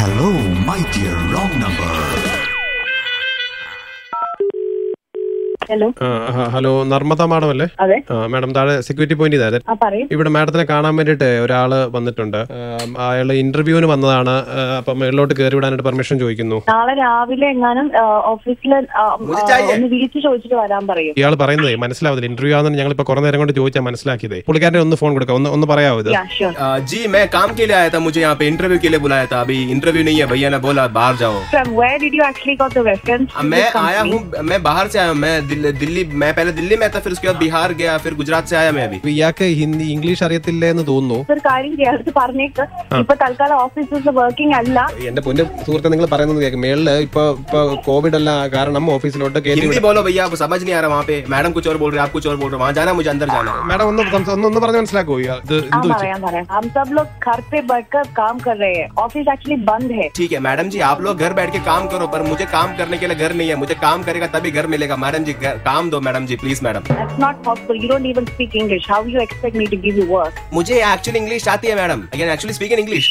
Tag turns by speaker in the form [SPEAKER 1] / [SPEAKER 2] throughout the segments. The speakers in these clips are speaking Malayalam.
[SPEAKER 1] Hello, my dear wrong number.
[SPEAKER 2] Hello
[SPEAKER 3] ആ, ആ, ഹലോ നർമ്മദ മാഡം അല്ലേ
[SPEAKER 2] അതെ
[SPEAKER 3] ആ, മാഡം താഴെ സെക്യൂരിറ്റി പോയിന്റ് ഇതായത്
[SPEAKER 2] ആ പറയൂ
[SPEAKER 3] ഇവിടെ മാഡത്തിനെ കാണാൻ വേണ്ടിയിട്ട് ഒരാള് വന്നിട്ടുണ്ട് അയാൾ ഇന്റർവ്യൂവിന് വന്നതാണ് ആ, അപ്പം മേളിലോട്ട് കയറി വിടാനായിട്ട് പെർമിഷൻ ചോദിക്കുന്നു
[SPEAKER 2] നാളെ രാവിലെ എങ്ങാനും ഓഫീസിൽ ഒന്ന് വിളിച്ചു ചോദിച്ചിട്ട് വരാൻ പറയൂ
[SPEAKER 3] ഇയാൾ പറയുന്നതേ മനസ്സിലാവുന്നില്ല ഇന്റർവ്യൂ ആണെന്ന് ഞങ്ങൾ ഇപ്പോൾ കുറേ നേരം കൊണ്ട് ചോദിച്ചാൽ മനസ്സിലാക്കിയതേ പുള്ളിക്കാരനെ ഒന്ന് ഫോൺ കൊടുക്കാം ഒന്ന് ഒന്ന് പറയാവോ ഇത്
[SPEAKER 2] യാ ഷുവർ
[SPEAKER 4] आ, जी मैं काम के लिए आया था मुझे यहाँ पे इंटरव्यू के लिए बुलाया था अभी इंटरव्यू नहीं है भैया ने बोला बाहर जाओ
[SPEAKER 2] from where did you actually got the reference
[SPEAKER 4] अब मैं आया हूँ मैं बाहर से आया हूँ मैं दिल, दिल्ली मैं पहले दिल्ली में था फिर उसके बाद बिहार गया फिर गुजरात से आया मैं अभी
[SPEAKER 3] ഇപ്പൊ ഇയാൾക്ക് ഹിന്ദി ഇംഗ്ലീഷ് അറിയത്തില്ലേ എന്ന് തോന്നുന്നു
[SPEAKER 2] ഒരു കാര്യം ചെയ്യാം അടുത്ത് പറഞ്ഞേക്ക് ഇപ്പൊ തൽക്കാലം ഓഫീസസ് വർക്കിംഗ് അല്ല
[SPEAKER 3] എന്റെ പൊന്റെ സുഹൃത്തെ നിങ്ങൾ പറയുന്നത് കേൾക്കും മേളില് ഇപ്പൊ ഇപ്പൊ കോവിഡ് അല്ല കാരണം ഓഫീസിലോട്ട് കയറ്റി
[SPEAKER 4] हिंदी बोलो भैया आपको समझ नहीं आ रहा वहाँ पे मैडम कुछ और बोल रहे हैं आप कुछ और बोल रहे हो वहाँ जाना है, मुझे अंदर जाना है
[SPEAKER 3] മാഡം ഒന്ന് സംസ- ഒന്ന് ഒന്ന് പറഞ്ഞ് മനസ്സിലാക്കോ ഇയാൾ ഇത്
[SPEAKER 2] हाँ
[SPEAKER 3] എന്ത് വെച്ച്
[SPEAKER 2] പറയാം പറയാം हम सब लोग घर पे बैठकर काम कर रहे हैं ऑफिस एक्चुअली बंद है
[SPEAKER 4] ठीक है मैडम जी आप लोग घर बैठ के काम करो पर मुझे काम करने के लिए घर नहीं है मुझे काम करेगा तभी घर मिलेगा मैडम जी घर- काम दो madam ji please madam
[SPEAKER 2] that's not possible you don't even speak English how you expect me to give you work
[SPEAKER 4] मुझे एक्चुअली इंग्लिश आती है madam again actually speak in English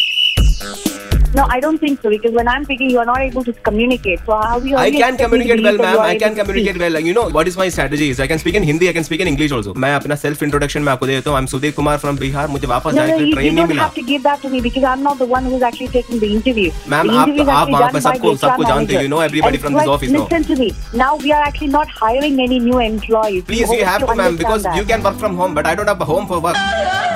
[SPEAKER 2] No, I don't think so because when I'm speaking, you are not able to communicate. So how are you?
[SPEAKER 4] I
[SPEAKER 2] only
[SPEAKER 4] can
[SPEAKER 2] expect me to
[SPEAKER 4] communicate
[SPEAKER 2] believe that
[SPEAKER 4] well, ma'am.
[SPEAKER 2] you are
[SPEAKER 4] I can
[SPEAKER 2] able to
[SPEAKER 4] communicate
[SPEAKER 2] speak?
[SPEAKER 4] well. You know what is my strategy is I can speak in Hindi, I can speak in English also. मैं अपना सेल्फ इंट्रोडक्शन में आपको दे देता हूँ. I'm Sudhir Kumar from Bihar. मुझे वापस
[SPEAKER 2] No, no,
[SPEAKER 4] जाने के
[SPEAKER 2] you,
[SPEAKER 4] लिए
[SPEAKER 2] you
[SPEAKER 4] ट्रेन नहीं
[SPEAKER 2] don't
[SPEAKER 4] मिला.
[SPEAKER 2] have to give that to me because I'm not the one who's actually taking the interview.
[SPEAKER 4] Ma'am,
[SPEAKER 2] the
[SPEAKER 4] आप-
[SPEAKER 2] interview is
[SPEAKER 4] आप
[SPEAKER 2] actually
[SPEAKER 4] वहाँ
[SPEAKER 2] done
[SPEAKER 4] पर
[SPEAKER 2] by
[SPEAKER 4] सबको-
[SPEAKER 2] the HR
[SPEAKER 4] सबको जानते हो,
[SPEAKER 2] manager.
[SPEAKER 4] you know everybody
[SPEAKER 2] And
[SPEAKER 4] from this
[SPEAKER 2] it's like,
[SPEAKER 4] office now.
[SPEAKER 2] Listen to me. Now we are actually not hiring any new employees.
[SPEAKER 4] Please,
[SPEAKER 2] hope
[SPEAKER 4] you have to, ma'am,
[SPEAKER 2] understand
[SPEAKER 4] because
[SPEAKER 2] that.
[SPEAKER 4] you can work from home, but I don't have a home for work.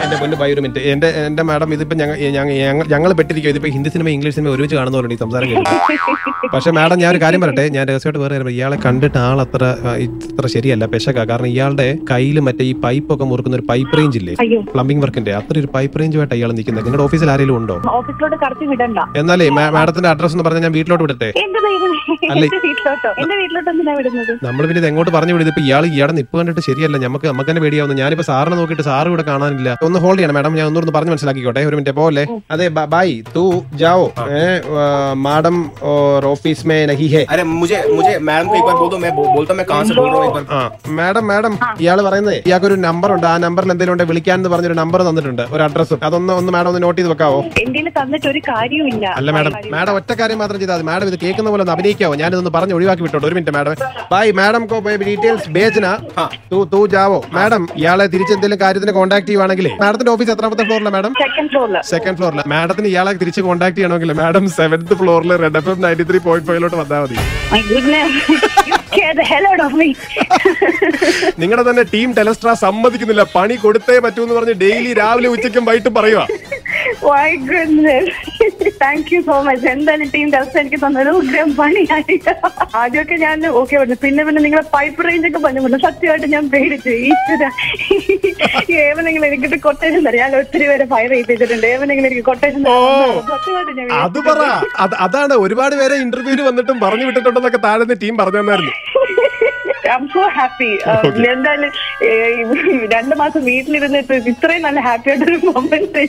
[SPEAKER 3] എന്റെ പൊന്ന് ബൈ ഒരു മിനിറ്റ് എന്റെ എന്റെ മാഡം ഇതിപ്പോ ഞങ്ങൾ ഞങ്ങൾ ഞങ്ങൾ പെട്ടിരിക്കും ഇതിപ്പോ ഹിന്ദി സിനിമ ഇംഗ്ലീഷ് സിനിമ ഒരുമിച്ച് കാണുന്നവരുണ്ട് ഈ സംസാരം കേട്ടിട്ട് പക്ഷേ മാഡം ഞാൻ ഒരു കാര്യം പറയട്ടെ ഞാൻ രഹസ്യമായിട്ട് വേറെ കാര്യം പറയാം. ഇയാളെ കണ്ടിട്ട് ആൾ അത്ര ആ, ഇത്ര ശരിയല്ല പെശക കാരണം ഇയാളുടെ കയ്യിൽ മറ്റേ ഈ പൈപ്പ് ഒക്കെ മുറുക്കുന്ന ഒരു പൈപ്പ് റേഞ്ച് ഇല്ലേ
[SPEAKER 2] അയ്യോ.
[SPEAKER 3] പ്ലംബിംഗ് വർക്കിന്റെ അത്ര ഒരു പൈപ്പ് റേഞ്ചുമായിട്ട് ഇയാൾ നിൽക്കുന്നത് നിങ്ങളുടെ ഓഫീസിൽ ആരെങ്കിലും ഉണ്ടോ
[SPEAKER 2] ഓഫീസിലോട്ട് കടത്തി വിടണ്ട
[SPEAKER 3] എന്നാലേ മാ- മാഡത്തിന്റെ അഡ്രസ് എന്ന് പറഞ്ഞാൽ ഞാൻ വീട്ടിലോട്ട് വിടട്ടെ
[SPEAKER 2] എന്റെ ദൈവമേ,
[SPEAKER 3] അല്ല.
[SPEAKER 2] എന്റെ വീട്ടിലോട്ടോ എന്റെ വീട്ടിലോട്ട് എന്തിനാ വിടുന്നത്
[SPEAKER 3] നമ്മൾ പിന്നെ ഇത് എങ്ങോട്ട് പറഞ്ഞു വിടുന്നത് ഇപ്പൊ ഇയാൾ ഇയാളെ നിപ്പ് കണ്ടിട്ട് ശരിയല്ല നമുക്ക് നമുക്ക് തന്നെ പേടിയാവുന്നു ഞാനിപ്പോ സാറിനെ നോക്കിയിട്ട് സാറ് ഇവിടെ കാണാനില്ല ഒന്ന് ഹോൾഡ് ചെയ്യണം മാഡം ഞാൻ ഒന്നുകൂടെ പറഞ്ഞു മനസ്സിലാക്കിക്കോട്ടെ ഒരു മിനിറ്റ് പോലെ അതെ ബൈ തൂ ജാവോ മാഡം ഓഫീസ് മേ നഹി ഹേ
[SPEAKER 4] अरे मुझे मुझे मैडम को एक बार बोल दो मैं बो- बोलता हूँ मैं कहाँ से बोल रहा हूँ एक बार.
[SPEAKER 3] ആ മാഡം മാഡം ഇയാൾ പറയുന്നത് ഇയാൾക്ക് ഒരു നമ്പർ ഉണ്ട് ആ നമ്പറിൽ എന്തെങ്കിലും ഉണ്ടെങ്കിൽ വിളിക്കാൻ എന്ന് പറഞ്ഞൊരു നമ്പർ തന്നിട്ടുണ്ട് ഒരു അഡ്രസ്സും അതൊന്ന് ഒന്ന് മാഡം ഒന്ന് നോട്ട് ചെയ്ത് വെക്കാവോ
[SPEAKER 2] എന്റെ തന്നിട്ട് ഒരു കാര്യമില്ല
[SPEAKER 3] അല്ല മാഡം മാഡം ഒറ്റ കാര്യം മാത്രം ചെയ്താൽ മതി മാഡം ഇത് കേൾക്കുന്ന പോലെ ഒന്ന് അഭിനയിക്കാവോ ഞാനിതൊന്ന് പറഞ്ഞ് ഒഴിവാക്കി വിട്ടോട്ടെ ഒരു മിനിറ്റ് മാഡം ബൈ മാഡം കോ ഡീറ്റെയിൽസ് ബേജന തൂ തൂ ജാവോ മാഡം ഇയാളെ തിരിച്ചെന്തെങ്കിലും കാര്യത്തിന് കോൺടാക്ട് ചെയ്യുവാണെങ്കിൽ മാഡത്തിന്റെ ഓഫീസ് എത്രാമത്തെ ഫ്ലോറിലാണ് മാഡം
[SPEAKER 2] സെക്കൻഡ് ഫ്ലോറില്
[SPEAKER 3] സെക്കൻഡ് ഫ്ലോറിൽ മാഡത്തിന് ഇയാളെ തിരിച്ച് കോൺടാക്ട് ചെയ്യണമെങ്കിൽ മാഡം സെവൻത് ഫ്ലോറിൽ red F M ninety three point ഫൈവിലോട്ട് വന്നാൽ മതി
[SPEAKER 2] my goodness you care the hell out of me
[SPEAKER 3] നിങ്ങളുടെ തന്നെ ടീം ടെലസ്ട്ര സമ്മതിക്കുന്നില്ല പണി കൊടുത്തേ പറ്റൂ എന്ന് പറഞ്ഞ് ഡെയിലി രാവിലെ ഉച്ചയ്ക്കും വൈകിട്ടും പറയുക
[SPEAKER 2] Y goodness thank you so much എന്തായാലും ടീം ദിവസം എനിക്ക് തന്നത് ഉഗ്രം പണിയായി ആദ്യമൊക്കെ ഞാൻ ഓക്കെ പറഞ്ഞു പിന്നെ പിന്നെ നിങ്ങളെ പൈപ്പ് റേഞ്ച് ഒക്കെ പറഞ്ഞു പറഞ്ഞു സത്യമായിട്ട് ഞാൻ പേടിച്ചു ഈശ്വര ഏവനെങ്കിലും എനിക്കിട്ട് കൊട്ടേഷൻ തരാം ഞാൻ ഒത്തിരി പേരെ ഫയർ ചെയ്തിട്ടുണ്ട് ഏവനെങ്കിലും എനിക്ക് കൊട്ടേഷൻ
[SPEAKER 3] ഓ.
[SPEAKER 2] സത്യമായിട്ട് ഞാൻ
[SPEAKER 3] അത് പറ അത് അതാണ് ഒരുപാട് പേരെ ഇന്റർവ്യൂവിന് വന്നിട്ടും പറഞ്ഞു വിട്ടിട്ടുണ്ടെന്നൊക്കെ താഴെ നിന്ന് ടീം പറഞ്ഞു തന്നായിരുന്നു
[SPEAKER 2] സോ ഹാപ്പി
[SPEAKER 3] Okay.
[SPEAKER 2] Uh, എന്തായാലും രണ്ടു മാസം വീട്ടിലിരുന്നിട്ട് ഇത്രയും നല്ല ഹാപ്പി ആയിട്ടൊരു moment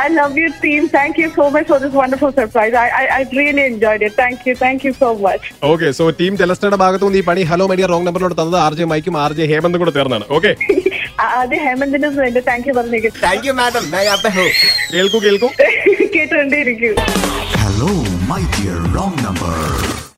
[SPEAKER 2] I love you team thank you so much for this wonderful surprise I really enjoyed it thank you thank you so much
[SPEAKER 3] okay so team ടെലസ്റ്റയുടെ ഭാഗത്തു നിന്ന് ഈ പണി ഹലോ മൈഡിയ റോങ് നമ്പറിലോട്ട് തന്നത് ആർ ജെ മൈക്കും ആർ ജെ ഹേമന്തും കൂടെ ചേർന്നാണ് ഓക്കെ
[SPEAKER 2] അത് ഹേമന്തിന്റെ എന്റെ താങ്ക് യു പറഞ്ഞേക്ക്
[SPEAKER 4] Thank you, madam. मैं यहाँ पे हूँ.
[SPEAKER 3] കേൾക്കൂ കേൾക്കൂ
[SPEAKER 2] കേട്ടുകൊണ്ടേയിരിക്കും
[SPEAKER 1] Hello, my dear wrong number.